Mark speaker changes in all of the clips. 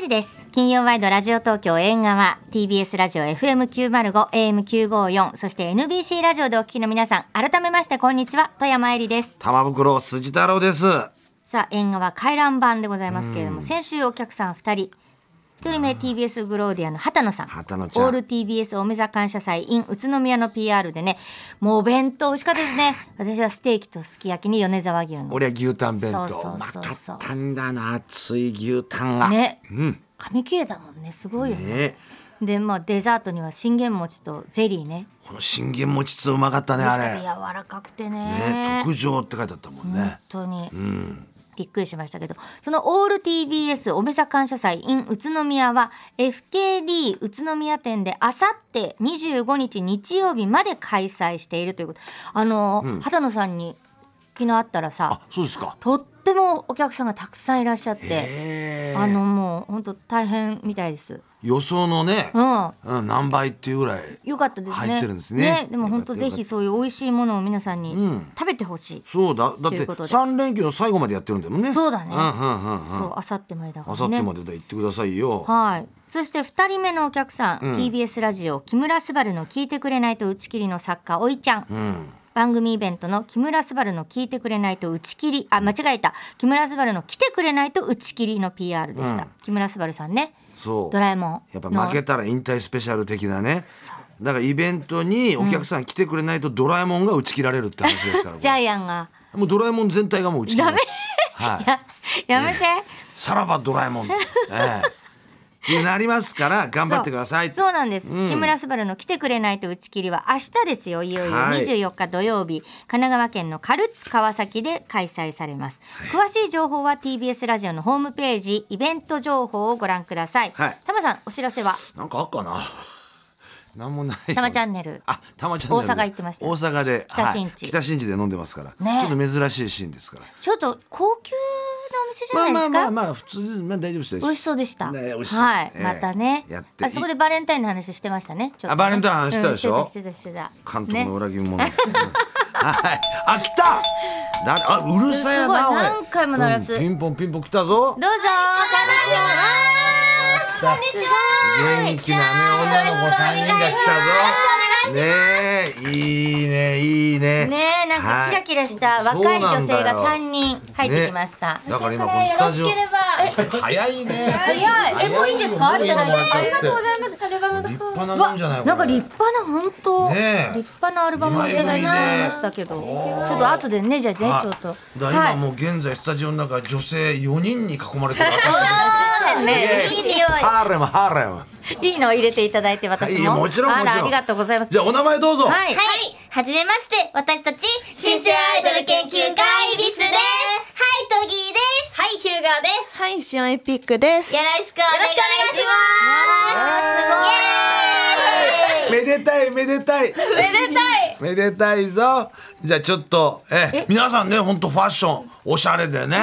Speaker 1: 時です金曜ワイドラジオ東京縁側 TBS ラジオ FM905 AM954 そして NBC ラジオでお聞きの皆さん改めましてこんにちは富山えりです
Speaker 2: 玉袋筋太郎です。
Speaker 1: さあ縁側回覧版でございますけれども先週お客さん2人1人目 TBS グローディアの畑野さん
Speaker 2: 畑野ちゃん
Speaker 1: オール TBS おめざ感謝祭 in 宇都宮の PR でねもうお弁当美味しかったですね私はステーキとすき焼きに米沢牛の
Speaker 2: 俺は牛タン弁当。
Speaker 1: そうそうそうそう
Speaker 2: まかったんだな、熱い牛タンが。
Speaker 1: ね、噛み切れたもんねすごいよね
Speaker 2: ね
Speaker 1: でまあデザートには信玄餅とゼリーね
Speaker 2: この信玄餅つうまかったね、
Speaker 1: 美味
Speaker 2: あ
Speaker 1: しかった
Speaker 2: れ。
Speaker 1: 柔らかくてね
Speaker 2: ね、
Speaker 1: 本
Speaker 2: 特上って書いてあったもんね。
Speaker 1: 当に、びっくりしましたけどそのオール TBS おめざ感謝祭 in 宇都宮は FKD 宇都宮店であさって25日日曜日まで開催しているということあの、畑野さんに昨日会ったらさ
Speaker 2: あ、そうですか。
Speaker 1: とってもお客さんがたくさんいらっしゃって、
Speaker 2: え
Speaker 1: あのもう本当大変みたいです。
Speaker 2: 予想のね
Speaker 1: う、ん
Speaker 2: うん、何倍っていうぐらい。
Speaker 1: 良かったですね。
Speaker 2: 入ってるんですね
Speaker 1: でも本当ぜひそういう美味しいものを皆さんに食べてほしい。
Speaker 2: そうだ、だっ
Speaker 1: という
Speaker 2: て
Speaker 1: ことで
Speaker 2: 三連休の最後までやってるんだもんね。
Speaker 1: そうだね
Speaker 2: うんうんうんうん。
Speaker 1: そうあさってまでだか
Speaker 2: あさ
Speaker 1: ら
Speaker 2: っ
Speaker 1: ね
Speaker 2: て。までだ、行ってくださいよ。
Speaker 1: はい。そして二人目のお客さん、TBS ラジオ木村昴の聞いてくれないと打ち切りの作家おいちゃん。番組イベントの木村昴の聞いてくれないと打ち切りあ間違えた木村昴の来てくれないと打ち切りの PR でした、木村昴さんね
Speaker 2: そう。
Speaker 1: ドラえもんの
Speaker 2: やっぱ負けたら引退スペシャル的なねだからイベントにお客さん来てくれないとドラえもんが打ち切られるって話ですから、
Speaker 1: ジャイアンが
Speaker 2: もうドラえもん全体がもう打ち切りますはい、
Speaker 1: やめて、
Speaker 2: さらばドラえもん、ええ、ってなりますから頑張ってください
Speaker 1: そうそうなんです、木村昴の来てくれないと打ち切りは明日ですよいよいよ
Speaker 2: はい
Speaker 1: 24日土曜日、神奈川県の軽津川崎で開催されます、詳しい情報は TBS ラジオのホームページイベント情報をご覧ください、
Speaker 2: はい
Speaker 1: タマさんお知らせは
Speaker 2: なんかあっかななんもない
Speaker 1: タマチャンネル
Speaker 2: あ、たまちゃんね
Speaker 1: 大阪行ってましたよ
Speaker 2: 大阪で
Speaker 1: 北新地
Speaker 2: はい、北新地で飲んでますから、
Speaker 1: ね
Speaker 2: ちょっと珍しいシーンですから
Speaker 1: ちょっと高級なお店じゃ
Speaker 2: ま
Speaker 1: な
Speaker 2: あ
Speaker 1: いで
Speaker 2: ますあ
Speaker 1: か、
Speaker 2: まあまあ普通まあ大丈夫です
Speaker 1: 美味しそうでした。
Speaker 2: ね美味しそう
Speaker 1: はい、
Speaker 2: ええ
Speaker 1: またね。
Speaker 2: やって
Speaker 1: あそこでバレンタインの話してましたね。ちょっとね
Speaker 2: あバレンタインの話したでしょ
Speaker 1: うんしてたしてたしてた。
Speaker 2: 関東の
Speaker 1: ね
Speaker 2: 裏切り者、うんはいあ来ただあうるさやな
Speaker 1: すごい
Speaker 2: おい
Speaker 1: 何回も鳴らす
Speaker 2: うんピンポンピンポン来たぞ
Speaker 1: どうぞ。こんにちは。
Speaker 2: 元気なね女の子三人が来たぞねえいいねいいね
Speaker 1: ねえ、なんかキラキラした
Speaker 2: はい
Speaker 1: 若い女性が
Speaker 2: そうなんだよ
Speaker 1: 三人入ってきました。
Speaker 2: ねだから今このスタジオ
Speaker 3: よろしければ
Speaker 2: 早いね
Speaker 1: 早い。え、もういいんですか？
Speaker 2: もういい
Speaker 1: いただいて
Speaker 2: もう
Speaker 1: あ
Speaker 2: 終わっちゃっ
Speaker 1: り
Speaker 2: て
Speaker 1: がとうございます。
Speaker 3: アルバム
Speaker 2: 立
Speaker 3: とか
Speaker 2: 派なもんじゃない
Speaker 1: わ、なんか立派な本当、
Speaker 2: ねえ
Speaker 1: 立派なアルバムをいただきましたけど、ちょっと後でね、じゃあね、
Speaker 2: はい
Speaker 1: ちょっと。
Speaker 2: だ
Speaker 1: は
Speaker 2: 今
Speaker 1: い
Speaker 2: もう現在スタジオの中女性4人に囲まれてる
Speaker 1: そう
Speaker 2: 私
Speaker 1: ですね。いい匂い。
Speaker 2: ハーレムハーレム
Speaker 1: いいのを入れていただいて私も。
Speaker 2: いいよもちろん
Speaker 1: あ
Speaker 2: もち
Speaker 1: ら
Speaker 2: ろん
Speaker 1: ありがとうございます。
Speaker 2: じゃあお名前どうぞ、
Speaker 1: はい。
Speaker 3: はい、はじめまして、私たち、新生アイドル研究会イビスです。はい、トギーです。はい、ヒューガーです。
Speaker 4: はい、シオンエピックです。
Speaker 3: よろしくお願いします。
Speaker 2: めでたいめでたい
Speaker 3: めでたい。
Speaker 2: めでたいぞじゃあちょっとえ皆さんねほんとファッションおしゃれでねあ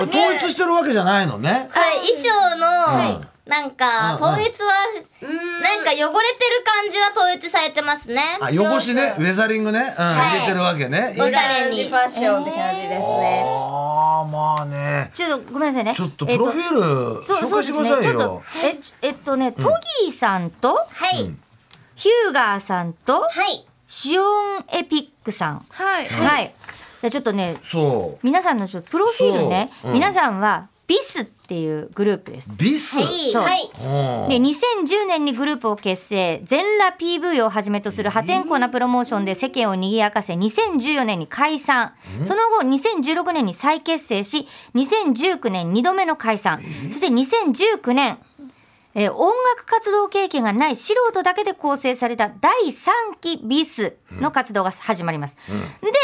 Speaker 3: あ
Speaker 2: これ統一してるわけじゃないのね
Speaker 3: これ衣装の、なんか、
Speaker 2: うんうん
Speaker 3: 統一は、なんか汚れてる感じは統一されてますね。
Speaker 2: あ汚しねウェザリングね、うん、入れてるわけね
Speaker 3: おしゃれに。
Speaker 5: ファッションって感じですね。
Speaker 2: ああまあね
Speaker 1: ちょっとごめんなさいね。
Speaker 2: ちょっとプロフィー
Speaker 1: え
Speaker 2: ル
Speaker 1: っと
Speaker 2: 紹介して
Speaker 1: そうそう
Speaker 2: くださいよ
Speaker 1: ですねちょっとええっとね、トギーさんと、
Speaker 3: はい。
Speaker 1: ヒューガーさんと、
Speaker 3: はい。
Speaker 1: シオンエピックさん。
Speaker 4: はい。
Speaker 1: はい。じゃあちょっとね、
Speaker 2: そ
Speaker 1: 皆さんのちょっとプロフィールね、
Speaker 2: そううん
Speaker 1: 皆さんはビスっていうグループです
Speaker 2: う。ビス、
Speaker 3: はい。
Speaker 1: そう
Speaker 3: はい。
Speaker 2: うん
Speaker 1: で2010年にグループを結成全裸 PV をはじめとする破天荒なプロモーションで世間を賑やかせ2014年に解散その後2016年に再結成し2019年2度目の解散そして2019年えー音楽活動経験がない素人だけで構成された第3期ビスの活動が始まります、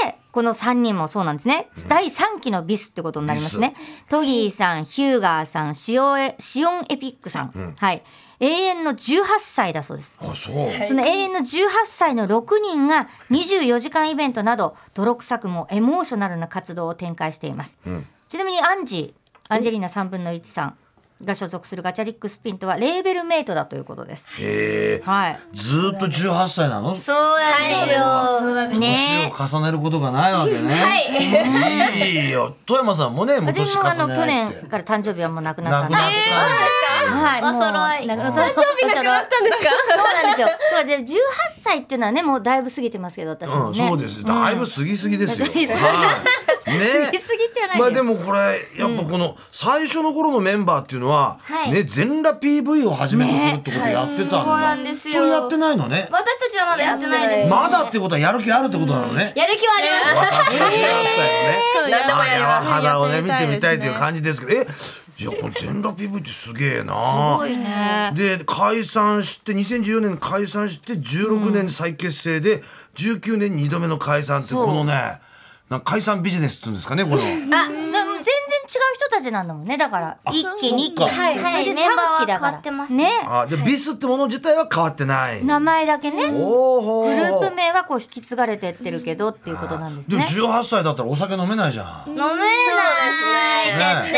Speaker 1: でこの3人もそうなんですね、第3期のビスってことになりますねトギーさんヒューガーさんシオエシオンエピックさん、はい永遠の18歳だそうです
Speaker 2: あそう
Speaker 1: その永遠の18歳の6人が24時間イベントなど泥臭くもエモーショナルな活動を展開しています、ちなみにアンジーアンジェリーナ3分の1さんが所属するガチャリックスピンとはレーベルメイトだということです。
Speaker 2: へえ
Speaker 1: はい。
Speaker 2: ずーっと18歳なの
Speaker 3: そうなんですよ。
Speaker 5: そうなんです。
Speaker 1: ねえ。
Speaker 2: 年を重ねることがないわけね。い。いよ。富山さんもね、もう年
Speaker 1: 私もあの
Speaker 2: 重
Speaker 1: 去
Speaker 2: ね
Speaker 1: 年
Speaker 2: て。
Speaker 1: から誕生日はもうなくなった
Speaker 2: なく
Speaker 1: んで。
Speaker 2: なっ
Speaker 1: はい。もう
Speaker 3: お揃い
Speaker 1: なくな誕
Speaker 5: 興味なくなったんですか。
Speaker 1: そうなんですよ。そうで18歳っていうのはねもうだいぶ過ぎてますけど私
Speaker 2: た。う
Speaker 1: も
Speaker 2: ん、
Speaker 1: ね。
Speaker 2: そうです。だいぶ過ぎすぎですよ。
Speaker 1: 過ぎ過ぎ
Speaker 2: はい。ね。
Speaker 1: 過ぎ過ぎってはないけど
Speaker 2: まあでもこれやっぱこの最初の頃のメンバーっていうのは
Speaker 3: はい
Speaker 2: ね全裸 PV をはじめとするってことやってたんだ。
Speaker 3: そうなんですよ
Speaker 2: それやってないのね。
Speaker 3: 私たちはまだやってないです。
Speaker 2: まだってことはやる気あるってことなのね。
Speaker 3: やる気はあり
Speaker 2: わ
Speaker 3: ます。
Speaker 2: さすが18歳のね。
Speaker 5: 何でもやり
Speaker 2: あ
Speaker 5: ま
Speaker 2: の
Speaker 5: す。
Speaker 2: 肌をね見てみたいという感じですけど、え、いやこの全裸 PV ってすげえな。
Speaker 1: すごいね。
Speaker 2: で解散して2014年に解散して16年再結成で19年に2度目の解散ってこのねなんか解散ビジネスっていうんですかねこ の
Speaker 1: あ、でも全然違う人たちなんだもんね。だから一期二期
Speaker 2: そっか
Speaker 1: はい
Speaker 3: はい
Speaker 1: それで
Speaker 3: メンバーは
Speaker 1: 三期だ
Speaker 3: 変わ
Speaker 1: か
Speaker 3: って
Speaker 1: ら
Speaker 3: ます
Speaker 1: ね。
Speaker 2: あでビスってもの自体は変わってない
Speaker 1: 名前だけね。グ
Speaker 2: おーほ
Speaker 1: ル
Speaker 2: ー
Speaker 1: ープ名はこう引き継がれてってるけどっていうことなんです
Speaker 2: でも
Speaker 1: ね。
Speaker 2: 18歳だったらお酒飲めないじゃん
Speaker 3: 飲めない設定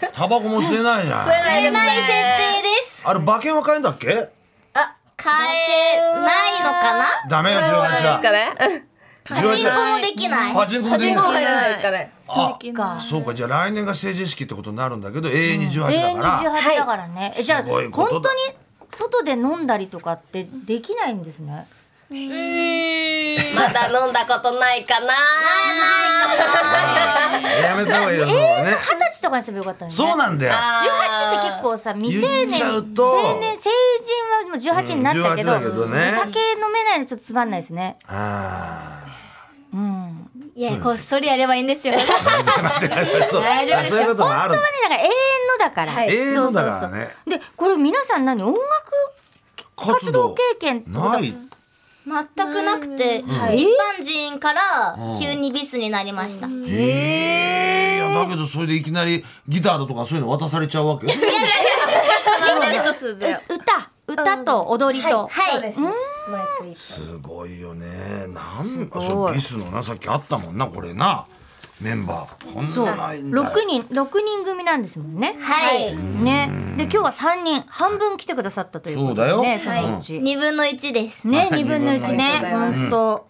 Speaker 3: です。
Speaker 2: タバコも吸えないじゃん
Speaker 5: えない
Speaker 3: 飲
Speaker 5: で
Speaker 3: め
Speaker 5: す
Speaker 3: ない設
Speaker 5: ね。
Speaker 3: 定です。
Speaker 2: あれ馬券は買えんだっけ
Speaker 3: あ、買えないのかな
Speaker 2: ダメよ18
Speaker 5: ですか
Speaker 2: は
Speaker 5: ね。
Speaker 3: パチン
Speaker 2: 18
Speaker 3: コもできない。
Speaker 2: パチンコも
Speaker 5: パ
Speaker 2: で
Speaker 5: チ
Speaker 2: き
Speaker 5: ンコも
Speaker 2: な
Speaker 5: 入
Speaker 2: い
Speaker 5: らないですかね。
Speaker 2: あそうかじゃあ来年が成人式ってことになるんだけど永遠に
Speaker 1: 永
Speaker 2: 18だ
Speaker 1: 遠
Speaker 2: か
Speaker 1: に
Speaker 2: ら、
Speaker 1: 18だからね。えじゃあ
Speaker 2: すごい
Speaker 1: 本
Speaker 2: ことだ
Speaker 1: 当に外で飲んだりとかってできないんですね。
Speaker 3: うーん。
Speaker 5: まだ飲んだことないかな。
Speaker 2: やめた方がいいよもう
Speaker 1: 二
Speaker 2: ね
Speaker 1: 十歳とかにすればよかったのにね。
Speaker 2: そう
Speaker 1: 18
Speaker 2: なんだよ
Speaker 1: って結構さ未成
Speaker 2: 言
Speaker 1: 年
Speaker 2: っちゃ
Speaker 1: 成
Speaker 2: うと
Speaker 1: 年成人はもう18になったけど,、
Speaker 2: うん18だけどね
Speaker 1: お酒飲めないのちょっとつまんないですね。
Speaker 2: あ
Speaker 1: うん。
Speaker 3: いや、こっそりやればいいんですよ。
Speaker 2: あ、 そう、
Speaker 5: 大丈夫です
Speaker 2: そ
Speaker 5: よ
Speaker 2: ういうこともある
Speaker 1: だから永遠
Speaker 2: んだ。
Speaker 1: のだから、
Speaker 5: はい
Speaker 2: 永遠のだからね
Speaker 1: そうそうそうでこれ皆さん何音楽活動経験ってこと
Speaker 2: ない。
Speaker 3: 全くなくて、一般人から急にビスになりました。
Speaker 2: ええいやだけどそれでいきなりギターだとかそういうの渡されちゃうわけ。
Speaker 5: 一つだよ。
Speaker 1: 歌歌と踊りと、
Speaker 5: そう
Speaker 3: はい。
Speaker 5: ですね。マイク一本
Speaker 2: すごいよね。なん
Speaker 1: ごい
Speaker 2: そうビスのなさっきあったもんなこれなメンバーこん
Speaker 1: そう
Speaker 2: なないんだよ。
Speaker 1: 6人六人組なんですもんね。
Speaker 3: はい。
Speaker 1: ね、で今日は3人半分来てくださったということでね
Speaker 2: そ
Speaker 1: そう
Speaker 2: だよ
Speaker 1: のうち、
Speaker 3: 二分の一です。
Speaker 1: ね2分の1ね
Speaker 5: はい
Speaker 1: 本当、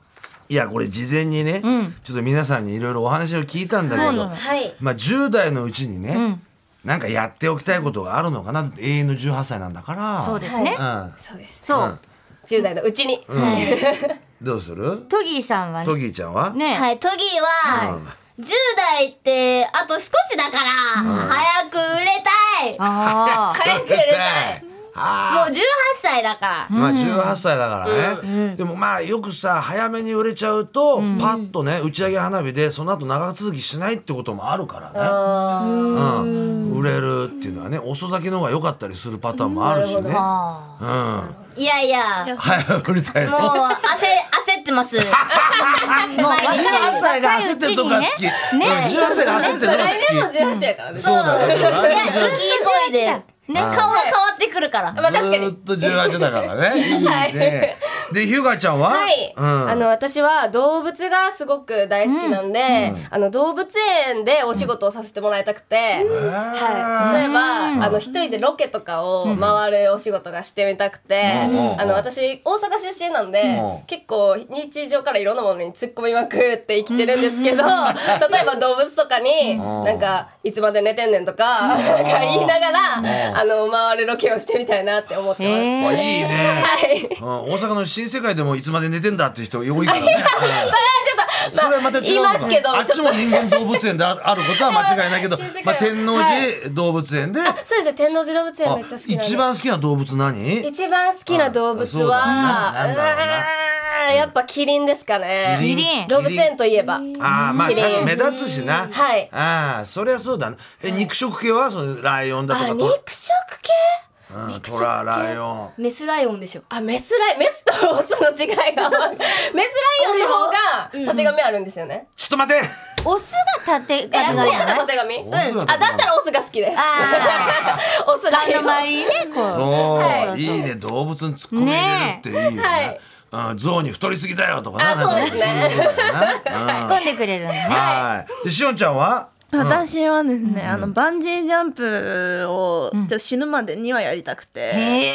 Speaker 2: いやこれ事前にね、
Speaker 1: ん
Speaker 2: ちょっと皆さんにいろいろお話を聞いたんだけど、
Speaker 5: はい。
Speaker 2: まあ10代のうちにね、
Speaker 1: ん
Speaker 2: なんかやっておきたいことがあるのかなだって永遠の18歳なんだから。
Speaker 1: そうですね、
Speaker 2: うん。
Speaker 5: そうです。
Speaker 1: そう、
Speaker 5: 十代のうちに。
Speaker 2: どうする？
Speaker 1: トギーさんは
Speaker 2: ト
Speaker 1: ね
Speaker 2: ギーちゃんは？
Speaker 1: ね
Speaker 3: はい、トギーは、10代ってあと少しだから、早く売れたいも
Speaker 1: ああ
Speaker 5: 早く入れたい。
Speaker 2: あ
Speaker 3: う18歳だから。
Speaker 2: まあ18歳だからね、でもまあよくさ早めに売れちゃうと、パッとね打ち上げ花火でその後長続きしないってこともあるからね、
Speaker 5: あ
Speaker 2: うん、売れるっていうのはね遅咲きの方が良かったりするパターンもあるしね、うん、
Speaker 1: あ
Speaker 2: 早
Speaker 3: いやいや、
Speaker 2: く売りたい
Speaker 3: もう
Speaker 2: の。
Speaker 3: 焦、焦っ てます。もう
Speaker 2: 18
Speaker 3: 毎日
Speaker 2: 歳が焦ってるとこが好き、
Speaker 1: ね
Speaker 2: うん18歳が焦ってるとこが
Speaker 5: 来年も
Speaker 2: 好き
Speaker 5: 十八やからね。
Speaker 3: そう。いや、時急いで。
Speaker 1: ね
Speaker 3: 顔が変わってくるから。
Speaker 5: まあ確かに
Speaker 2: ずーっと18だから ねいい
Speaker 5: はい
Speaker 2: ねでヒュガちゃんは、
Speaker 5: はい、
Speaker 2: うん、
Speaker 5: あの私は動物がすごく大好きなんで、あの動物園でお仕事をさせてもらいたくて、
Speaker 2: えー
Speaker 5: はい、例えばあの一人でロケとかを回るお仕事がしてみたくて、
Speaker 2: うん
Speaker 5: あの私大阪出身なんで、
Speaker 2: うん
Speaker 5: 結構日常からいろんなものに突っ込みまくって生きてるんですけど、 例えば動物とかに、なんかいつまで寝てんねんとか,、なんか言いながら、あの回るロケをしてみたいなって思ってます。
Speaker 1: へ
Speaker 2: あ
Speaker 1: え
Speaker 2: いいね
Speaker 5: はい
Speaker 2: うん、大阪の新世界でもいつまで寝てんだっていう人多い からね。うん
Speaker 5: そ
Speaker 2: それ
Speaker 5: れ
Speaker 2: は
Speaker 5: は
Speaker 2: また
Speaker 5: ちょっと、
Speaker 2: 違うの
Speaker 5: まあ、
Speaker 2: か
Speaker 5: 言いますけど、
Speaker 2: あっちも人間動物園でああ ることは間違いないけど
Speaker 5: 新世界、
Speaker 2: まあ、天王寺動物園で、
Speaker 5: そうですね天王寺動物園めっちゃ好きなんで
Speaker 2: 一番好きな動物何
Speaker 5: 一番好きな動
Speaker 2: あ
Speaker 5: 物
Speaker 2: そうだ
Speaker 5: は
Speaker 2: ななんだろうな
Speaker 5: うーんやっぱキリンですかね
Speaker 1: キリン
Speaker 5: 動物園といえば
Speaker 2: ああ、まあ、
Speaker 5: 綺麗
Speaker 2: 確かに目立つしな。
Speaker 5: はい
Speaker 2: ああ、そりゃそうだな。え、肉食系はそのライオンだと
Speaker 5: あ
Speaker 2: か
Speaker 5: 肉
Speaker 2: と、
Speaker 5: 食系
Speaker 2: うん、トラ、ライオン。
Speaker 3: メスライオンでしょ。
Speaker 5: あメスライメスとオスの違い がメスライオンの方が縦紙あるんですよね、
Speaker 2: ちょっと待って
Speaker 1: オスが縦
Speaker 5: え
Speaker 1: が
Speaker 5: オスが縦紙う
Speaker 2: オ
Speaker 5: ん
Speaker 2: スが
Speaker 5: あ
Speaker 2: 縦
Speaker 5: だ
Speaker 2: 紙
Speaker 5: ったらオスが好きです
Speaker 1: あ
Speaker 5: オスライ
Speaker 1: の
Speaker 5: オン
Speaker 1: 周りにねこう
Speaker 2: そう、、
Speaker 1: はいい
Speaker 2: いね、動物に突っ込み入れるっていいよね
Speaker 5: ね。
Speaker 2: うん、象に太りすぎだよとかな
Speaker 5: あそうです
Speaker 2: なん
Speaker 5: ね
Speaker 2: かそういうのだよなうん
Speaker 1: 突っ込んでくれるのね
Speaker 2: はい。で、しおんちゃんは
Speaker 4: 私はですね、あのバンジージャンプをちょっと死ぬまでにはやりたくて、
Speaker 1: え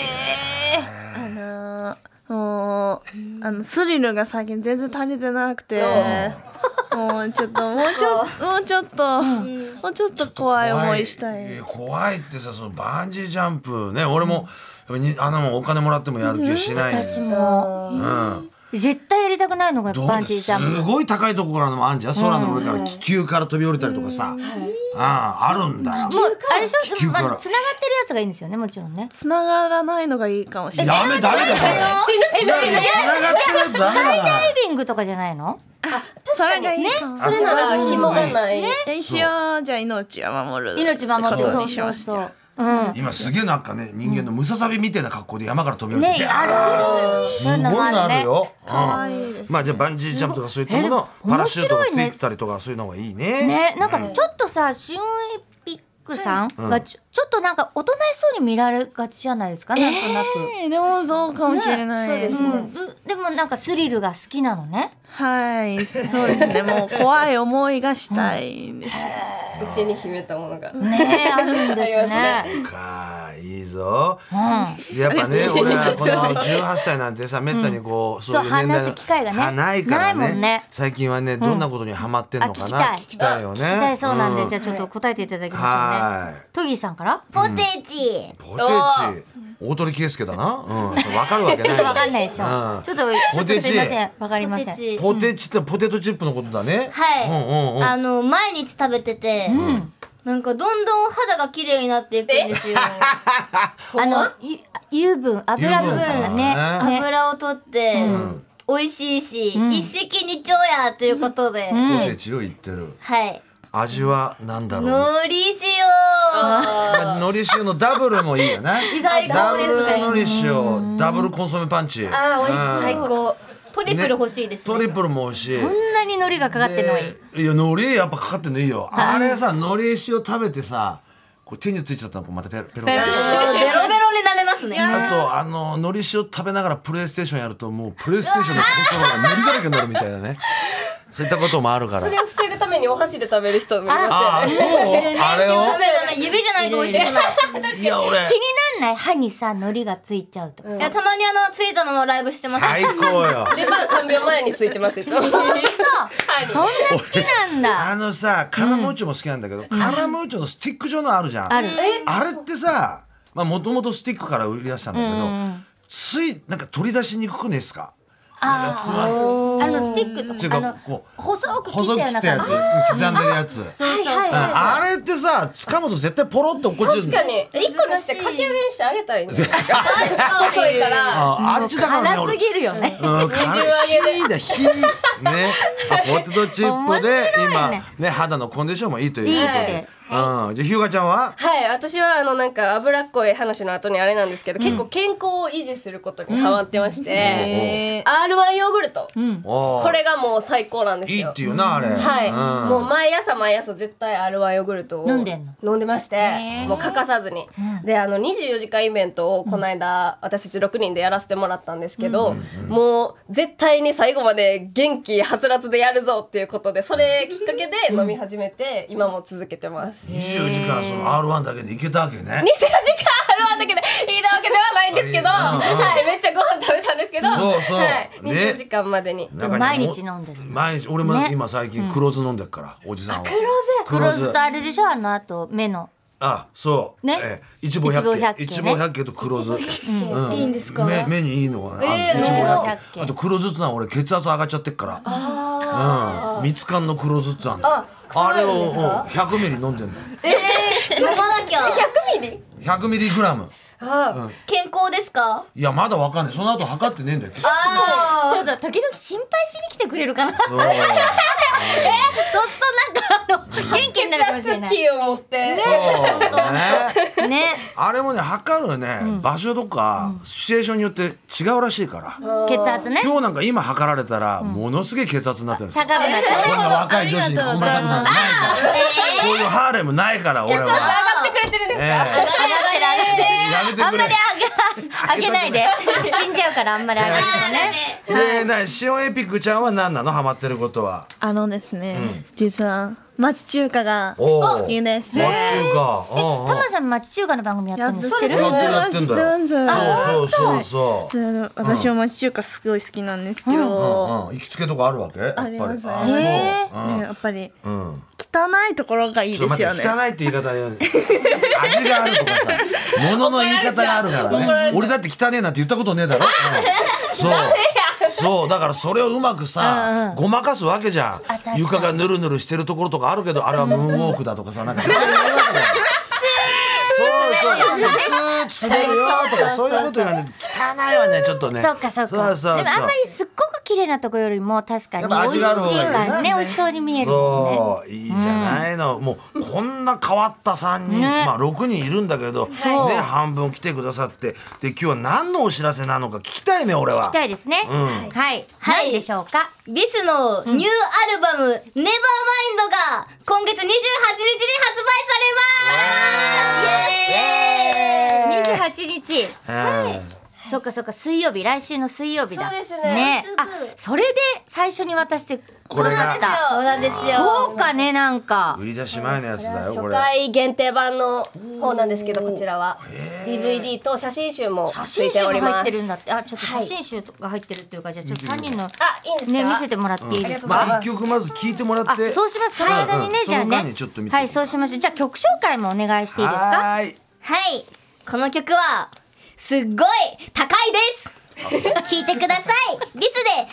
Speaker 4: あのーもうあのスリルが最近全然足りてなくて。もうちょっともうちょっともうちょっと、もうちょっと怖い思いしたい。
Speaker 2: や怖いってさそのバンジージャンプね俺も、やっぱにあんなもんお金もらってもやる気がしない、
Speaker 1: 私も
Speaker 2: うん、
Speaker 1: 絶対やりたくないのが
Speaker 2: ど
Speaker 1: バン
Speaker 2: う
Speaker 1: ジージ
Speaker 2: す
Speaker 1: ャンプ
Speaker 2: ごい高いところからもあんじゃん空の上から気球から飛び降りたりとかさ、あああるんだ
Speaker 1: も
Speaker 2: よ
Speaker 1: うあれでし
Speaker 2: 気
Speaker 1: ょ、
Speaker 2: 球
Speaker 1: ま
Speaker 2: から
Speaker 1: あ、つながってるやつがいいんですよねもちろんね
Speaker 4: 繋がらないのがいいかもしれない。
Speaker 2: やめダメだよそれ
Speaker 5: 死ぬ死ぬ死ぬ
Speaker 2: 繋がってるやつダメだから
Speaker 1: ダイビングとかじゃないの
Speaker 4: それがいいかも。
Speaker 5: それなら紐がない、
Speaker 4: で一応じゃあ命は守る。
Speaker 1: 命守って
Speaker 4: こと
Speaker 1: そう
Speaker 4: にし
Speaker 1: そ
Speaker 4: ま
Speaker 1: う
Speaker 4: した
Speaker 1: そううん
Speaker 2: 今すげえなんかね人間のムササビみたいな格好で山から飛び降りて、
Speaker 1: ねあるある
Speaker 2: す
Speaker 1: そ
Speaker 2: ご
Speaker 1: うい
Speaker 2: いう
Speaker 1: のもあ
Speaker 2: の
Speaker 1: る
Speaker 2: ある
Speaker 1: ね
Speaker 2: よ、
Speaker 4: 可愛いです
Speaker 2: うん、まあじゃあバンジージャンプとかそういったも
Speaker 1: すごい
Speaker 2: のパラシュートが
Speaker 1: え
Speaker 2: つ
Speaker 1: でも面白い
Speaker 2: い
Speaker 1: ね
Speaker 2: てたりとかそういうのがいいね
Speaker 1: ねなんかちょっとさシオンエピックさんがちょちょっとなんか大人そうに見られがちじゃないですかなんとなく、
Speaker 4: えーでもそうかもしれない。
Speaker 5: ねそうです
Speaker 1: うんうでもなんかスリルが好きなのね
Speaker 4: はい、そうですね。もう怖い思いがしたいんですよ。
Speaker 5: うちに秘めたものが、
Speaker 1: ねあるんですね
Speaker 2: かいいぞ
Speaker 1: うん
Speaker 2: やっぱね俺はこの18歳なんてさめったにこう、そういう年代の
Speaker 1: そう話す機会がね
Speaker 2: はないから
Speaker 1: ない
Speaker 2: ね
Speaker 1: もんね
Speaker 2: 最近はねどんなことにハマってんのかな、
Speaker 1: あ聞
Speaker 2: 聞き
Speaker 1: き
Speaker 2: たいよね
Speaker 1: 聞きたいそうなんで、
Speaker 2: うん
Speaker 1: じゃあちょっと答えていただきましょうね、
Speaker 2: はい
Speaker 1: トギーさんから
Speaker 3: ポテチ。
Speaker 2: ポテチ大鳥圭介だなうんそれわかるわ け
Speaker 1: ちょ
Speaker 2: ない
Speaker 1: っとわかんないでしょ、
Speaker 2: うん
Speaker 1: ちょっとちょっとすいませんわかりませ
Speaker 3: ポ
Speaker 1: ん
Speaker 3: テチ。
Speaker 2: ポテチってポテトチップのことだね
Speaker 3: はい
Speaker 2: うんうんうん
Speaker 3: あの毎日食べてて、なんかどんどん肌が綺麗になっていくんですよ。
Speaker 1: あのゆ油分油分がね
Speaker 2: 油分
Speaker 1: ね
Speaker 3: 油を取って、美味しいし、一石二鳥やということで、
Speaker 2: ポテチを言ってる
Speaker 3: はい。
Speaker 2: 味はなんだろうね
Speaker 3: のり塩。
Speaker 2: まあのり塩のダブルもいい よね
Speaker 3: 最
Speaker 2: ダ
Speaker 3: 高
Speaker 2: ブ
Speaker 3: で
Speaker 2: ル
Speaker 3: すね。
Speaker 2: のり塩ダブルコンソメパンチ
Speaker 3: あー美味しい最
Speaker 2: うん
Speaker 3: 高。トリプル欲しいです
Speaker 2: ト
Speaker 3: ね。
Speaker 2: リプルも美味しい
Speaker 1: こんなに海苔がかかってんのに
Speaker 2: でいや海苔やっぱかかってんのいいよあれさ海苔塩食べてさこう手についちゃったのこうまたペロペロ
Speaker 3: ベロベロベロになれますね。
Speaker 2: あとあの海苔塩食べながらプレイステーションやるともうプレイステーションのコントローラー海苔だらけになるみたいなねそういったこともあるから
Speaker 5: それを防ぐためにお箸で食べる人もいますよ
Speaker 2: ああ
Speaker 5: ね
Speaker 2: そうあれを
Speaker 3: ダメダメ指じゃないと美味しくない。
Speaker 2: いや俺
Speaker 1: 気になんない歯にさ海苔がついちゃうとか
Speaker 3: いやたまにあのついたままライブしてます。
Speaker 2: 最高よ
Speaker 5: 出番3秒前についてますいつも
Speaker 1: そんな 好きなんだ
Speaker 2: あのさカラムーチョも好きなんだけど、カラムーチョのスティック状のあるじゃん
Speaker 1: ある
Speaker 2: あれってさまあもともとスティックから売り出したんだけど、ついなんか取り出しにくくねですか
Speaker 1: あ
Speaker 2: つまん
Speaker 1: あのスティッ
Speaker 2: 違
Speaker 1: クあ
Speaker 2: う
Speaker 1: の
Speaker 2: こう
Speaker 1: 細く切った
Speaker 2: 細く
Speaker 1: よう
Speaker 2: 切っ
Speaker 1: な
Speaker 2: たや
Speaker 1: 感
Speaker 2: つ
Speaker 1: じ
Speaker 2: 刻んでるやつ
Speaker 1: そうそうそう
Speaker 2: ああれってさ掴むと絶対ポロって落っこちる
Speaker 5: 確かに1個にしてかき揚げにしてあげたらいいんじゃないですか細いから
Speaker 2: ああっちだからね
Speaker 1: 辛
Speaker 2: 俺
Speaker 1: すぎるよね
Speaker 2: うん、
Speaker 5: 上げで
Speaker 2: 火だ火ねあポテトチップで
Speaker 1: 面白い
Speaker 2: 今
Speaker 1: ね
Speaker 2: ね肌のコンディションもいいということ
Speaker 1: いい
Speaker 2: で、うん、じゃあひゅうがちゃんは
Speaker 5: はい私はあのなんか脂っこい話の後にあれなんですけど、結構健康を維持することにハマってまして、R1 ヨーグルト、
Speaker 2: おー
Speaker 5: これがもう最高なんです
Speaker 2: いい
Speaker 5: よ
Speaker 2: っていうなあれ、
Speaker 5: はい、
Speaker 2: うん
Speaker 5: もう毎朝毎朝絶対 R1 ヨーグルトを
Speaker 1: 飲んでん
Speaker 5: 飲んでましてもう欠かさずに、であの24時間イベントをこの間、私たち6人でやらせてもらったんですけど、もう絶対に最後まで元気はつらつでやるぞっていうことでそれきっかけで飲み始めて、今も続けてます、
Speaker 2: 24時間その R1 だけでいけたわけね
Speaker 5: 24時間あるわだけでいいなわけではないんですけど、
Speaker 2: あいいなうん
Speaker 5: はい、めっちゃご飯食べたんですけど、
Speaker 2: そうそう
Speaker 5: はい、
Speaker 2: ね
Speaker 5: 24時間までに。
Speaker 2: 中にも
Speaker 1: 毎日飲んでる
Speaker 2: 毎日俺も
Speaker 1: ね
Speaker 2: 今最近黒酢飲んでっから、おじさんは
Speaker 1: 黒酢とあれでしょあのあと目の
Speaker 2: あそう
Speaker 1: ね
Speaker 2: ええ一望百景
Speaker 1: 一
Speaker 2: 一
Speaker 1: 望
Speaker 2: 望
Speaker 1: 百
Speaker 2: 百景と黒酢
Speaker 3: いいんですか
Speaker 2: 目目にいいのがねあの
Speaker 1: え一
Speaker 2: 一望
Speaker 1: 望百
Speaker 2: 百景
Speaker 1: 景
Speaker 2: あと黒酢ってのは俺血圧上がっちゃってっからうん蜜缶の黒酢ってあんのあれをうん100ミリ飲んでんの
Speaker 3: 飲まなきゃ。
Speaker 5: 100ミリ
Speaker 2: 100ミリグラム
Speaker 5: あー、
Speaker 3: 健康ですか？
Speaker 2: いやまだわかんないその後測ってねえんだよ
Speaker 1: そうだ時々心配しに来てくれるかな
Speaker 2: そう
Speaker 1: そ
Speaker 2: そ
Speaker 1: うするとなんかあの 元気になるかもしれない
Speaker 5: キーを持って、
Speaker 2: うね
Speaker 1: ね
Speaker 2: あれもね測るね、場所とか、シチュエーションによって違うらしいから、
Speaker 1: 血圧ね
Speaker 2: 今日なんか今測られたら、ものすげえ血圧になってるんですよ
Speaker 1: 高くなって
Speaker 2: こんな若い女子にこんな感じなんてないからこういうハーレムないから俺は
Speaker 5: 上がってくれれてるんです
Speaker 2: え
Speaker 5: か、
Speaker 2: えやめてくれ
Speaker 1: あんまりあげあげないで死んじゃうからあんまりあげるのね
Speaker 2: で、な、シオンエピックちゃんは何なのハマってることは。
Speaker 4: あのですね、実は町中華が
Speaker 2: おー
Speaker 4: 好きでして
Speaker 2: マッチューか。うんうん
Speaker 1: タマさん町中華の番組やってるんですけど
Speaker 2: やってるやって
Speaker 4: 知
Speaker 2: ん
Speaker 4: っ
Speaker 2: だ
Speaker 4: てま
Speaker 2: よ。
Speaker 4: す
Speaker 2: そうそうそうそう。
Speaker 4: あの私も町中華すごい好きなんですけど、
Speaker 2: うん、行きつけとかあるわけ。やっぱ
Speaker 4: あ
Speaker 2: り
Speaker 4: ります。
Speaker 2: あ
Speaker 4: ね
Speaker 2: そううん
Speaker 4: ねやっぱり
Speaker 2: うん。
Speaker 4: 汚いところがいい
Speaker 2: ちょ
Speaker 4: で
Speaker 2: っと
Speaker 4: す
Speaker 2: 待
Speaker 4: よ
Speaker 2: っ
Speaker 4: ね
Speaker 2: て、汚いって言い方は味があるとかさ、物の言い方があるから
Speaker 5: 怒ら
Speaker 2: ね。
Speaker 5: れちゃう
Speaker 2: 俺だって汚ねえなんて言ったことねえだろ。うんそう。そう、だからそれをうまくさ、ごまかすわけじゃ
Speaker 1: 確か
Speaker 2: ん。
Speaker 1: に
Speaker 2: 床がぬるぬるしてるところとかあるけど、あれはムーンウォークだとかさ、なんか。そうそう、つ滑るよとか、そういうこと言わないと汚いわね、ちょっとね。
Speaker 1: そうかそうか
Speaker 2: そうそう
Speaker 1: でもあん
Speaker 2: そう
Speaker 1: まりすっごく綺麗なとこよりも確かに
Speaker 2: やっぱ味
Speaker 1: 美味しい
Speaker 2: がある方がいいよね
Speaker 1: からね美味しそうに見えるもんね
Speaker 2: そういいじゃないの、もうこんな変わった3人、
Speaker 1: ね
Speaker 2: まあ6人いるんだけど、ね
Speaker 1: う
Speaker 2: 半分来てくださってで今日は何のお知らせなのか聞きたいね俺は
Speaker 1: 行きたいですね
Speaker 2: ん
Speaker 1: はい
Speaker 3: はい
Speaker 1: 何でしょうか
Speaker 3: ビスのニューアルバム、ネバーマインドが今月28日に発売されますイエー
Speaker 1: 28
Speaker 3: イ
Speaker 1: 日
Speaker 2: はい、
Speaker 1: そっかそっか水曜日来週の水曜日だ
Speaker 5: そうですね
Speaker 3: すぐ
Speaker 1: あそれで最初に渡して
Speaker 2: これが
Speaker 3: そうなんですよ
Speaker 1: 豪華ねなんか
Speaker 2: 売り出し前のやつだよこ
Speaker 5: 初
Speaker 2: れ
Speaker 5: 回限定版の方なんですけどこちらは DVD と写真集も
Speaker 1: 写
Speaker 5: つ
Speaker 1: 真
Speaker 5: い
Speaker 1: 集
Speaker 5: てお
Speaker 1: が
Speaker 5: り
Speaker 1: 入っ
Speaker 5: ます
Speaker 1: てるんだってあちょっと写真集が入ってるっていうかじゃあちょっと3人の
Speaker 5: あいいんですか、
Speaker 1: ね見せてもらっていいですか
Speaker 2: まあ一曲まず聞いてもらっ
Speaker 1: あ
Speaker 2: て
Speaker 1: そうしますその間にね
Speaker 2: うん
Speaker 1: じゃあ
Speaker 2: その間に
Speaker 1: ね
Speaker 2: ちょっと見て
Speaker 1: はいそうしましょうじゃあ曲紹介もお願いしていいですか
Speaker 2: はーい
Speaker 3: はいこの曲はすっごい高いです聞いてくださいビスで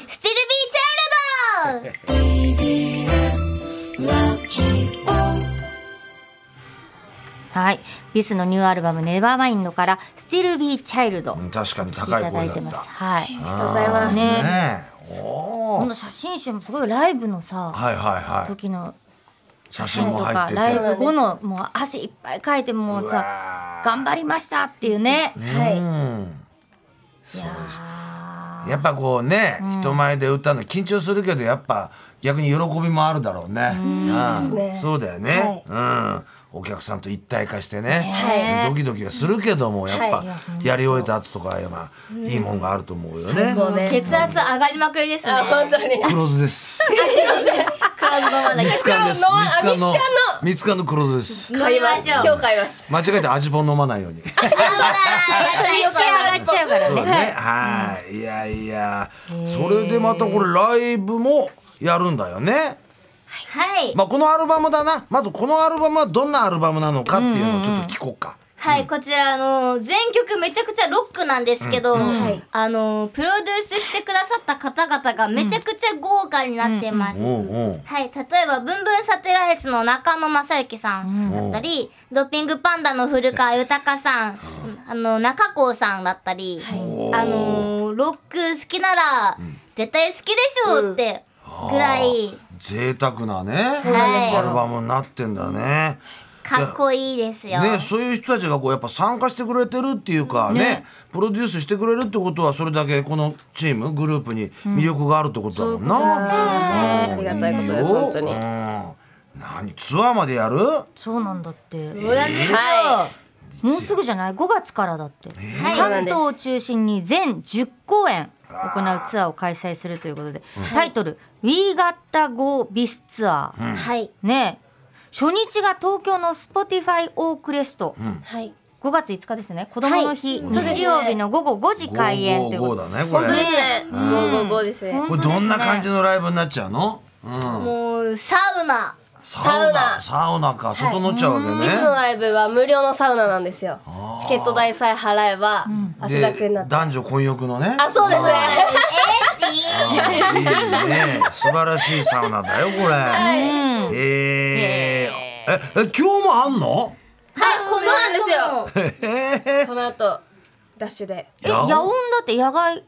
Speaker 3: スティルビーチャイルド
Speaker 1: はい。ビスのニューアルバム、ネバーマインドから、スティルビーチャイルド。
Speaker 2: うん確かに
Speaker 1: い
Speaker 2: 高い
Speaker 1: ただ
Speaker 2: 声
Speaker 1: い
Speaker 2: だ
Speaker 1: て
Speaker 2: っ
Speaker 1: ます。
Speaker 2: た
Speaker 1: はい。ありがとうご
Speaker 2: ざいますね
Speaker 1: ね。
Speaker 2: えお
Speaker 1: こ
Speaker 2: ー
Speaker 1: の写真集もすごいライブのさ、
Speaker 2: はいはいはい
Speaker 1: 時の
Speaker 2: 写
Speaker 1: 写
Speaker 2: 真
Speaker 1: 真
Speaker 2: も
Speaker 1: と
Speaker 2: 入っ
Speaker 1: か、
Speaker 2: てて
Speaker 1: ライブ後の、もう汗いっぱいかいて、もう
Speaker 2: う
Speaker 1: さ、
Speaker 2: わー
Speaker 1: 頑張りましたっていうね。
Speaker 5: はい
Speaker 2: うんそうですやっぱこうね、人前で歌うの緊張するけどやっぱ逆に喜びもあるだろうね、そうですねそうだよね、うんお客さんと一体化してね、
Speaker 1: はい
Speaker 2: ドキドキはするけどもやっぱ、やり終えた後とかはまあいいもんがあると思うよね
Speaker 3: もう血圧上がりまくりですね
Speaker 5: あ本当に
Speaker 2: 黒酢です
Speaker 3: 黒ずママだ
Speaker 2: 三
Speaker 3: け
Speaker 2: つ缶です
Speaker 5: 黒
Speaker 2: 三つ缶の
Speaker 5: のあ
Speaker 2: 三つ缶の黒酢です
Speaker 5: 買います
Speaker 3: 飲みましょう
Speaker 5: 今日買います
Speaker 2: 間違えて味ぽん飲まないように
Speaker 1: それ余計上がっちゃうから
Speaker 2: そうだ
Speaker 1: ね。
Speaker 2: ね。はい。いやいや。それでまたこれライブもやるんだよね。
Speaker 3: はい
Speaker 2: まあこのアルバムだな。まずこのアルバムはどんなアルバムなのかっていうのをちょっと聞こうか。
Speaker 3: はい、こちらあの全曲めちゃくちゃロックなんですけど、
Speaker 5: はい
Speaker 3: あのプロデュースしてくださった方々がめちゃくちゃ豪華になってます。
Speaker 2: おうおう。
Speaker 3: はい、例えば、ブンブンサテライツの中野正幸さんだったり、ドッピングパンダの古川豊さん、あの、中高さんだったり、あのー、ロック好きなら、絶対好きでしょうって、ぐらい、
Speaker 2: 贅沢なね。
Speaker 3: うなんですよ
Speaker 2: アルバムになってんだね。
Speaker 3: かっこいいですよ。
Speaker 2: ね、そういう人たちがこうやっぱ参加してくれてるっていうかねプロデュースしてくれるってことはそれだけこのチームグループに魅力があるってことだもんな、
Speaker 5: ありがたいことです本当に
Speaker 2: うん何ツアーまでやる
Speaker 1: そうなんだって。
Speaker 5: は
Speaker 1: もうすぐじゃない ?5 月からだって。
Speaker 3: はい
Speaker 1: 関東を中心に全10公演行うツアーを開催するということで、タイトル「We Gotta Go Bis ツアー
Speaker 3: はい。」
Speaker 1: ねえ初日が東京の Spotify オークレスト、
Speaker 3: はい。
Speaker 1: 5月5日ですね子どもの日、日曜日の午後5時開演ということ
Speaker 2: 555
Speaker 1: で
Speaker 2: だねこ
Speaker 5: 本
Speaker 2: れ
Speaker 5: 当ですね5 5ですね
Speaker 2: これどんな感じのライブになっちゃうの、うん、
Speaker 3: もう、サウナ。
Speaker 2: サウナ
Speaker 5: サウナ
Speaker 2: サウナか整っちゃうわけ
Speaker 5: ミスの
Speaker 2: ね、
Speaker 5: ライブは無料のサウナなんですよチケット代さえ払えば汗だくになっ
Speaker 2: で
Speaker 5: て
Speaker 2: 男女混浴のね
Speaker 5: あそうですね
Speaker 2: いいね素晴らしいサウナだよこれ、えー、ええ今日もあんの
Speaker 5: はいそうなんですよ
Speaker 2: えー
Speaker 5: この後ダッシュで
Speaker 1: え野音だって野外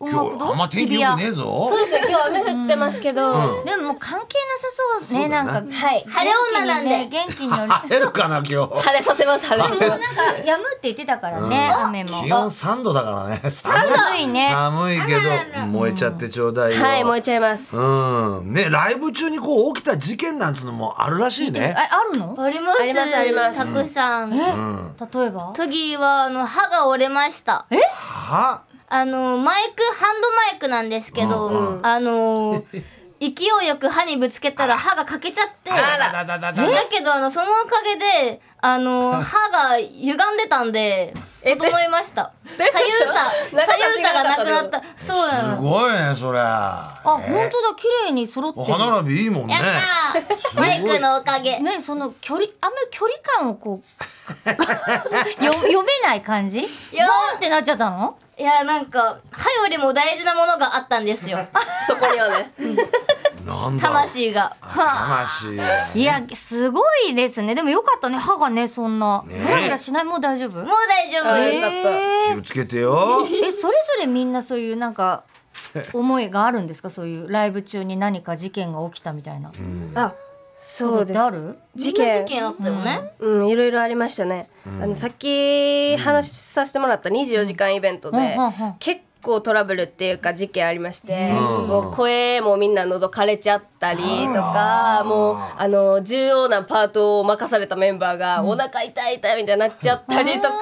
Speaker 1: 音
Speaker 2: 今
Speaker 1: 楽
Speaker 2: 日
Speaker 1: 堂
Speaker 2: あんま天気良くねえぞ
Speaker 5: そうですね今日雨降ってますけど、
Speaker 2: うん
Speaker 1: でももう関係なさそうねなんか
Speaker 5: はい
Speaker 3: 晴れ女なんで
Speaker 1: 元気にね元気に な
Speaker 2: 晴れるかな今日
Speaker 5: 晴れさせます晴れさせます
Speaker 1: るやむって言ってたからね雨も
Speaker 2: 気温三度だからね寒
Speaker 1: 寒いね
Speaker 2: 寒いけど燃えちゃってちょうだいよ、
Speaker 5: はい燃えちゃいます
Speaker 2: うんねライブ中にこう起きた事件なんつうのもあるらしいね
Speaker 1: えあるの
Speaker 3: あります
Speaker 5: ありますあります
Speaker 3: たくさん、
Speaker 1: 例えば
Speaker 3: トギーはあの歯が折れました
Speaker 2: は
Speaker 3: あのマイクハンドマイクなんですけど、あの勢いよく歯にぶつけたら歯が欠けちゃって
Speaker 2: だだだだだ
Speaker 3: だけどあのそのおかげであの 歯が歪んでたんで整いました左右
Speaker 5: 長
Speaker 3: 差
Speaker 5: さ
Speaker 3: 左右差がなくな
Speaker 5: 違か
Speaker 3: っ
Speaker 5: った
Speaker 3: たそうな
Speaker 2: す
Speaker 3: の
Speaker 2: ごいねそれ
Speaker 1: あ本当だ綺麗に揃って
Speaker 2: お
Speaker 1: る
Speaker 2: 歯並びいいもんね
Speaker 3: やったーマイクのおかげ
Speaker 1: ねその距離あんまり距離感をこう よ読めない感じボンってなっちゃったの
Speaker 3: いやなんか歯よりも大事なものがあったんですよ
Speaker 5: そこにはね
Speaker 2: なんだろう
Speaker 3: 魂が
Speaker 2: 魂
Speaker 1: いやすごいですねでもよかったね歯がねそんな
Speaker 2: ね
Speaker 1: ヘラヘラしないもう大丈夫
Speaker 3: もう大丈夫
Speaker 5: は
Speaker 1: え
Speaker 5: い
Speaker 1: ー
Speaker 5: よかった
Speaker 2: 気をつけて よ
Speaker 1: えそれぞれみんなそういうなんか思いがあるんですかそういうライブ中に何か事件が起きたみたいな、
Speaker 5: あそ
Speaker 1: こと
Speaker 5: う
Speaker 1: っ
Speaker 5: で
Speaker 1: て
Speaker 5: す
Speaker 1: ある
Speaker 5: 事
Speaker 3: みんな
Speaker 5: 件
Speaker 3: 事件あったよね、
Speaker 5: うんいろいろありましたね、あのさっき話しさせてもらった24時間イベントで、
Speaker 1: うんうんうんうん
Speaker 5: 結構トラブルっていうか事件ありまして、
Speaker 2: ん
Speaker 5: もう声もみんな喉枯れちゃったりとか、もうあの重要なパートを任されたメンバーが、お腹痛い痛いみたいになっちゃったりとか、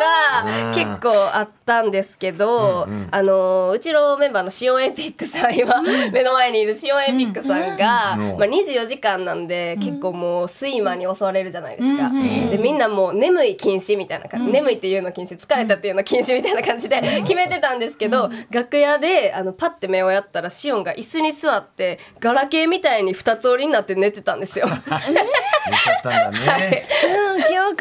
Speaker 2: うん
Speaker 5: 結構あったんですけど、あのうちのメンバーのシオンエピックさん今、目の前にいるシオンエピックさんが、
Speaker 2: うん
Speaker 5: まあ、24時間なんで結構もう睡魔に襲われるじゃないですか、
Speaker 1: うん
Speaker 5: でみんなもう眠い禁止みたいな感じ、眠いっていうの禁止疲れたっていうの禁止みたいな感じで決めてたんですけど、楽屋であのパッて目をやったらシオンが椅子に座ってガラケーみたいに二つ折りになって寝てたんですよ。
Speaker 2: 寝ちゃったんだね
Speaker 4: うん、記憶なく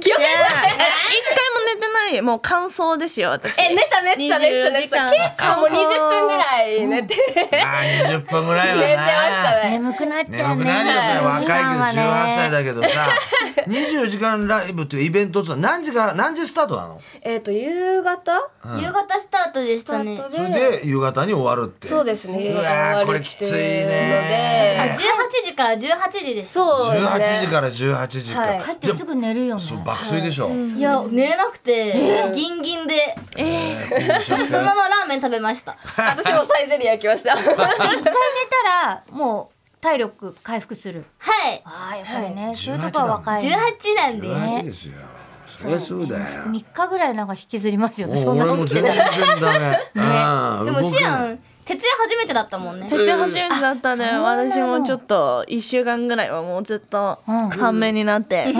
Speaker 4: て
Speaker 5: 記憶な
Speaker 4: え一回も寝てないもう乾燥ですよ私
Speaker 5: え寝た寝てた寝てた
Speaker 4: 24
Speaker 5: 寝て
Speaker 4: 時
Speaker 5: た
Speaker 4: 間
Speaker 5: 結構もう20分ぐらい寝て、
Speaker 2: まあ20分ぐらいはな
Speaker 5: 寝てましたね。
Speaker 1: 眠くなっちゃう
Speaker 2: 眠
Speaker 1: ね
Speaker 2: くなるよそれ若いけど
Speaker 1: 今はね
Speaker 2: 18歳だけどさ24時間ライブっていうイベントってのは何時が何時スタートなの
Speaker 5: えっと夕方
Speaker 3: 夕方スタートでし
Speaker 5: スタ
Speaker 3: たね
Speaker 5: ート
Speaker 2: それで夕方に終わるって
Speaker 5: そうですね夕
Speaker 2: う
Speaker 5: 方
Speaker 2: わ
Speaker 5: 終わ
Speaker 2: ー
Speaker 5: る
Speaker 2: これきつい
Speaker 3: あ
Speaker 2: ね
Speaker 3: 18時から18時でした
Speaker 5: そうですね
Speaker 2: 18時から18時か、
Speaker 5: はい
Speaker 1: 帰ってすぐ寝るよね
Speaker 2: そう爆睡でしょ、
Speaker 3: いや寝れなくて、ギンギンで、そのままラーメン食べました
Speaker 5: 私もサイゼリヤ行き ました。
Speaker 1: 一回寝たらもう体力回復する
Speaker 3: はい
Speaker 1: あーやっぱりね、そういう
Speaker 2: 18
Speaker 1: とこは若い
Speaker 3: 18
Speaker 1: ね
Speaker 3: なんで
Speaker 2: 18ですよそりゃそうだよ
Speaker 1: 三日ぐらいなんか引きずりますよね
Speaker 2: も
Speaker 1: そ
Speaker 2: うん
Speaker 1: な
Speaker 2: 俺
Speaker 1: の
Speaker 2: も全然ダメ、
Speaker 3: で
Speaker 2: うん、
Speaker 3: も
Speaker 2: 動
Speaker 3: シ
Speaker 2: け
Speaker 3: ア
Speaker 2: ない
Speaker 3: ン徹夜初めてだったもんね
Speaker 4: 徹夜初めてだったね、私もちょっと1週間ぐらいはもうずっと
Speaker 1: うん
Speaker 4: 半面になって、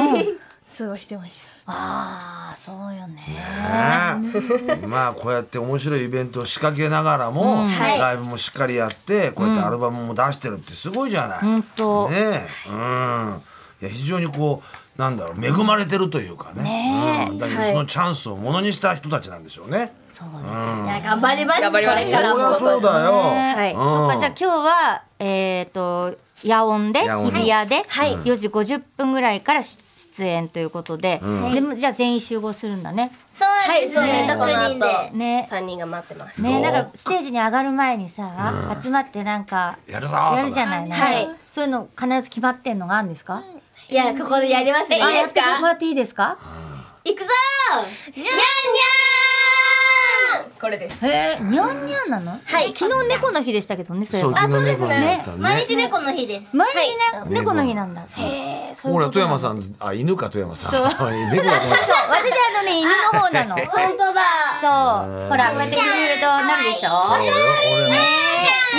Speaker 4: 過ごしてました
Speaker 1: ああそうよね
Speaker 2: ねえまあこうやって面白いイベントを仕掛けながらも、
Speaker 3: はい
Speaker 2: ライブもしっかりやってこうやってアルバムも出してるってすごいじゃない、
Speaker 1: 本当、
Speaker 2: ねえ、うん、いや非常にこうなんだろう恵まれてるというかねうん、だけどそのチャンスをものにした人たちなんでしょうね。
Speaker 1: そうです
Speaker 3: いや頑張ります
Speaker 5: 頑張ります
Speaker 3: これ
Speaker 2: そ
Speaker 3: か
Speaker 2: り
Speaker 3: ら
Speaker 2: ゃ
Speaker 3: も
Speaker 2: そうだよ。
Speaker 5: はい
Speaker 2: うん
Speaker 1: そっかじゃあ今日はえっ、と夜音で
Speaker 2: 夜音で
Speaker 1: 日比谷で4時50分ぐらいから出出演ということで、でもじゃあ全員集合するんだね。
Speaker 3: そうな
Speaker 5: は
Speaker 3: んで
Speaker 5: い、
Speaker 3: す
Speaker 5: そうで
Speaker 3: ね
Speaker 5: す。こ
Speaker 3: 6
Speaker 5: の
Speaker 3: 人で
Speaker 5: 後、
Speaker 1: ね
Speaker 5: 三人が待ってます。
Speaker 1: ねなんかステージに上がる前にさ、集まってなんか
Speaker 2: やるぞーとか
Speaker 1: やるじゃないの、
Speaker 5: はい
Speaker 1: そういうの必ず決まってんのがあるんですか、
Speaker 3: いやここでやりますね
Speaker 5: えいいですか
Speaker 1: あやってもらっていいですか
Speaker 3: いくぞーにゃんにゃーん
Speaker 5: これです。
Speaker 1: へえにゃんにゃんなのはい昨日猫の日でしたけどねそれ
Speaker 2: そう昨日猫
Speaker 5: そう
Speaker 2: に
Speaker 5: ですね
Speaker 2: なった
Speaker 3: 毎
Speaker 2: ね。
Speaker 3: 日猫の日です
Speaker 1: 毎日ね、猫の日なんだへえそういうこ
Speaker 2: ほら
Speaker 1: と
Speaker 2: 富
Speaker 1: なの
Speaker 2: 山さんあ犬か富山さん。
Speaker 1: そう
Speaker 2: 猫だと
Speaker 1: そう私
Speaker 2: 思って
Speaker 1: あの ね犬の方なの
Speaker 3: 本当だ
Speaker 1: そう、ほら、こうやってくれるとなるでしょ
Speaker 2: たそうよ俺も。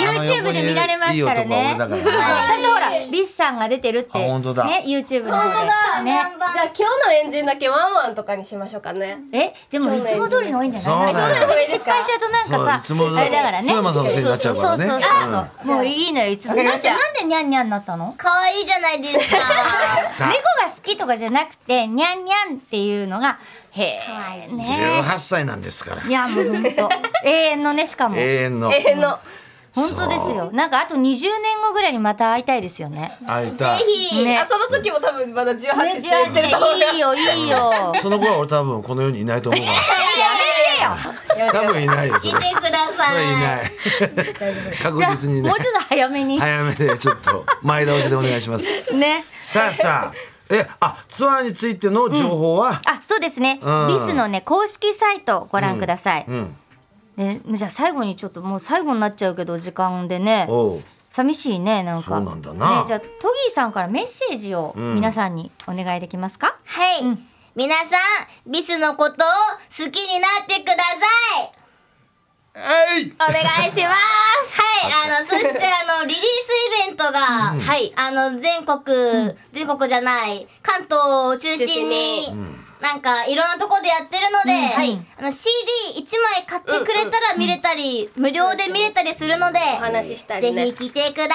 Speaker 2: あの
Speaker 1: YouTube で見られますからね。
Speaker 2: 横にいる
Speaker 1: そう
Speaker 2: いい男は俺だからね
Speaker 1: ちゃんとほら、ビスさんが出てるって。
Speaker 2: あ本当だ
Speaker 1: ね、YouTube の方
Speaker 5: 本当だ
Speaker 1: で。ね。
Speaker 5: じゃあ今日のエンジンだけワンワンとかにしましょうかね。
Speaker 1: え、でもいつも通りの多いんじゃない
Speaker 2: そうだよ
Speaker 1: なんかそこに失敗しちゃうとなんか
Speaker 2: そういつも通
Speaker 1: さ、
Speaker 2: り
Speaker 1: あれだからね。
Speaker 2: 富山さんのせいになっちゃうからね
Speaker 1: そうそうそうそうそう。もういいのよ、いつも。
Speaker 5: わかり
Speaker 1: な
Speaker 5: ま
Speaker 1: ん
Speaker 5: し
Speaker 1: で、
Speaker 5: た
Speaker 1: なんでニャンニャンになったの
Speaker 3: 可愛いじゃないですか
Speaker 1: 猫が好きとかじゃなくて、ニャンニャンっていうのが、へえ、ね。
Speaker 2: 18歳なんですから
Speaker 1: い。や、もうほん と。永遠のね、しかも。
Speaker 2: 永遠の
Speaker 5: 永遠の。
Speaker 1: 本当ですよ。なんかあと20年後ぐらいにまた会いたいですよね。
Speaker 2: 会いたい。
Speaker 1: ね
Speaker 5: あ、その時も多分まだ18って言ってると思う。
Speaker 1: いいよいいよ。
Speaker 2: その子は俺多分この世にいないと思うから。
Speaker 1: やめてよ
Speaker 5: やめて
Speaker 2: 多
Speaker 5: くだ
Speaker 2: 分
Speaker 5: さい
Speaker 2: いないよそれ
Speaker 3: 来てくだ
Speaker 2: それい
Speaker 3: さい。
Speaker 2: ない確実に
Speaker 1: じゃあも
Speaker 2: ね
Speaker 1: うちょっと早めに。
Speaker 2: 早めでちょっと前倒しでお願いし ます
Speaker 1: ね。
Speaker 2: さあさあえあツアーについての情報は、
Speaker 1: あ、そうですね。
Speaker 2: うん
Speaker 1: リスのね、公式サイトをご覧ください。
Speaker 2: うん、
Speaker 1: ね、じゃあ最後にちょっともう最後になっちゃうけど時間でね
Speaker 2: おう
Speaker 1: 寂しいねなんか
Speaker 2: そうなんだな
Speaker 1: ね、じゃあトギーさんからメッセージを皆さんにお願いできますか、
Speaker 3: はい。皆さん、ビスのことを好きになってください。
Speaker 2: はい
Speaker 3: お願いします。はい、あの、そしてあ の、リリースイベントが、はい、あの、全国、全国じゃない、関東を中心に、なんか、いろんなとこでやってるので、あの、CD1 枚買ってくれたら見れたり、無料で見れたりするので、
Speaker 5: お話しした
Speaker 3: ぜ
Speaker 5: りね
Speaker 3: ひ来てくださ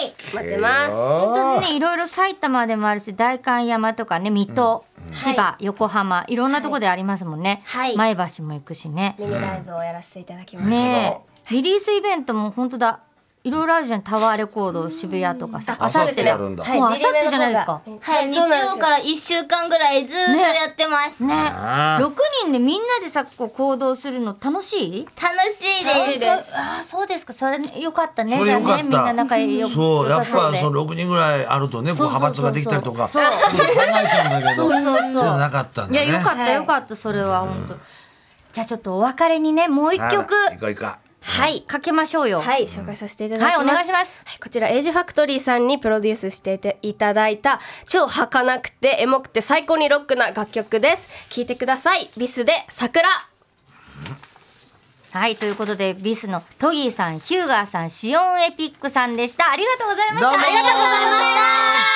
Speaker 3: い。
Speaker 5: 待ってます
Speaker 1: 本当にねいろいろ埼玉でもあるし代官山とかね水戸、千葉、横浜いろんなとこでありますもんね、
Speaker 5: はい
Speaker 1: 前橋も行くしね、
Speaker 5: ミニライブをやらせていただきます、
Speaker 1: ねえリリースイベントも本当だいろいろあるじゃんタワーレコード渋谷とかさ
Speaker 2: あ
Speaker 1: あ
Speaker 2: さ
Speaker 1: さ
Speaker 2: っ
Speaker 1: ってて
Speaker 2: や
Speaker 1: だ
Speaker 2: るんだ、
Speaker 5: はい
Speaker 1: もうあさってじゃないですか
Speaker 5: ミニライブの方がそ
Speaker 3: はい、日
Speaker 5: うなんです
Speaker 3: 曜
Speaker 5: よ
Speaker 3: から1週間ぐらいずーっとやってます。
Speaker 1: ね
Speaker 2: あー
Speaker 1: 6人でみんなでさこう行動するの楽しい
Speaker 3: 楽しい
Speaker 5: 楽
Speaker 3: で
Speaker 5: しい
Speaker 3: す。
Speaker 5: です
Speaker 1: ああそうですかそれよかったね
Speaker 2: それよ
Speaker 1: じゃあ
Speaker 2: かった
Speaker 1: ねみんな仲良く
Speaker 2: そうやっぱ
Speaker 1: 良さで
Speaker 2: その6人ぐらいあるとねこう
Speaker 1: そうそう
Speaker 2: 派閥ができたりとか
Speaker 1: そう
Speaker 2: ちょっと考えちゃうんだけど
Speaker 1: そうそうそう
Speaker 2: じゃなかったん
Speaker 1: い
Speaker 2: だ
Speaker 1: や
Speaker 2: ね
Speaker 1: よかっ
Speaker 5: は
Speaker 1: た
Speaker 5: い
Speaker 1: よかったそれは本当じゃあちょっとお別れにねもう一曲
Speaker 2: さあいこういこう
Speaker 1: はいかけましょうよ
Speaker 5: はい、紹介させていただきます。
Speaker 1: はいお願いします
Speaker 5: はいこちら、エイジファクトリーさんにプロデュースしていていただいた、超儚くて、エモくて、最高にロックな楽曲です。聴いてください。ビスで、桜。
Speaker 1: はいということでビスのトギーさんヒューガーさんシオンエピックさんでしたありがとうございました
Speaker 2: どうも
Speaker 1: ありがとうございました